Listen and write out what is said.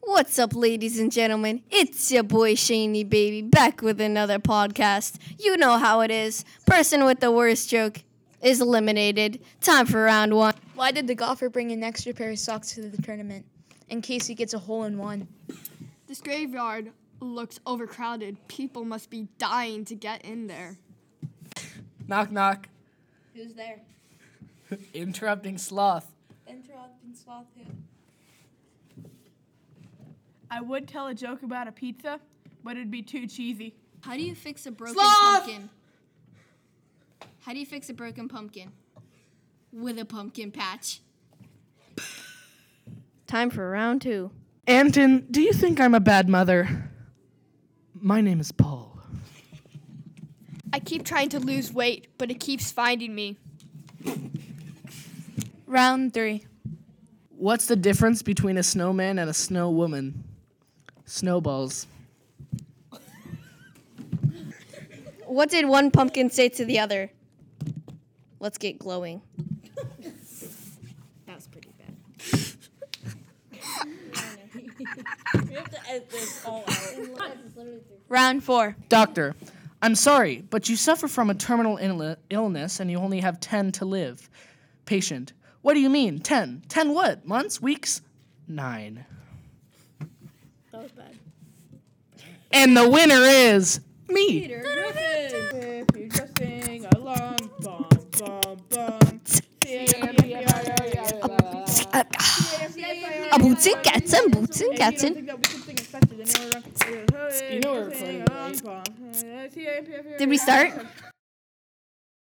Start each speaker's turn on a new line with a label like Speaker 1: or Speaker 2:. Speaker 1: What's up, ladies and gentlemen? It's your boy Shaney Baby back with another podcast. You know how it is. Person with the worst joke is eliminated. Time for round one.
Speaker 2: Why did the golfer bring an extra pair of socks to the tournament? In case he gets a hole in one.
Speaker 3: This graveyard looks overcrowded. People must be dying to get in there.
Speaker 4: Knock knock.
Speaker 5: Who's there?
Speaker 4: Interrupting sloth.
Speaker 5: Interrupting sloth who?
Speaker 6: I would tell a joke about a pizza, but it'd be too cheesy.
Speaker 5: How do you fix a broken pumpkin? How do you fix a broken pumpkin? With a pumpkin patch.
Speaker 1: Time for round two.
Speaker 4: Anton, do you think I'm a bad mother? My name is Paul.
Speaker 3: I keep trying to lose weight, but it keeps finding me.
Speaker 2: Round three.
Speaker 4: What's the difference between a snowman and a snow woman? Snowballs.
Speaker 1: What did one pumpkin say to the other? Let's get glowing.
Speaker 5: That was pretty bad.
Speaker 2: Round four.
Speaker 4: Doctor, I'm sorry, but you suffer from a terminal Ill- illness and you only have 10 to live. Patient, what do you mean, 10? 10 what? Months? Weeks? Nine.
Speaker 5: That was bad.
Speaker 4: And the winner is me.
Speaker 6: If you're dressing along, bum bum bum.
Speaker 1: A boots and cats and boots and cats and. Did we start?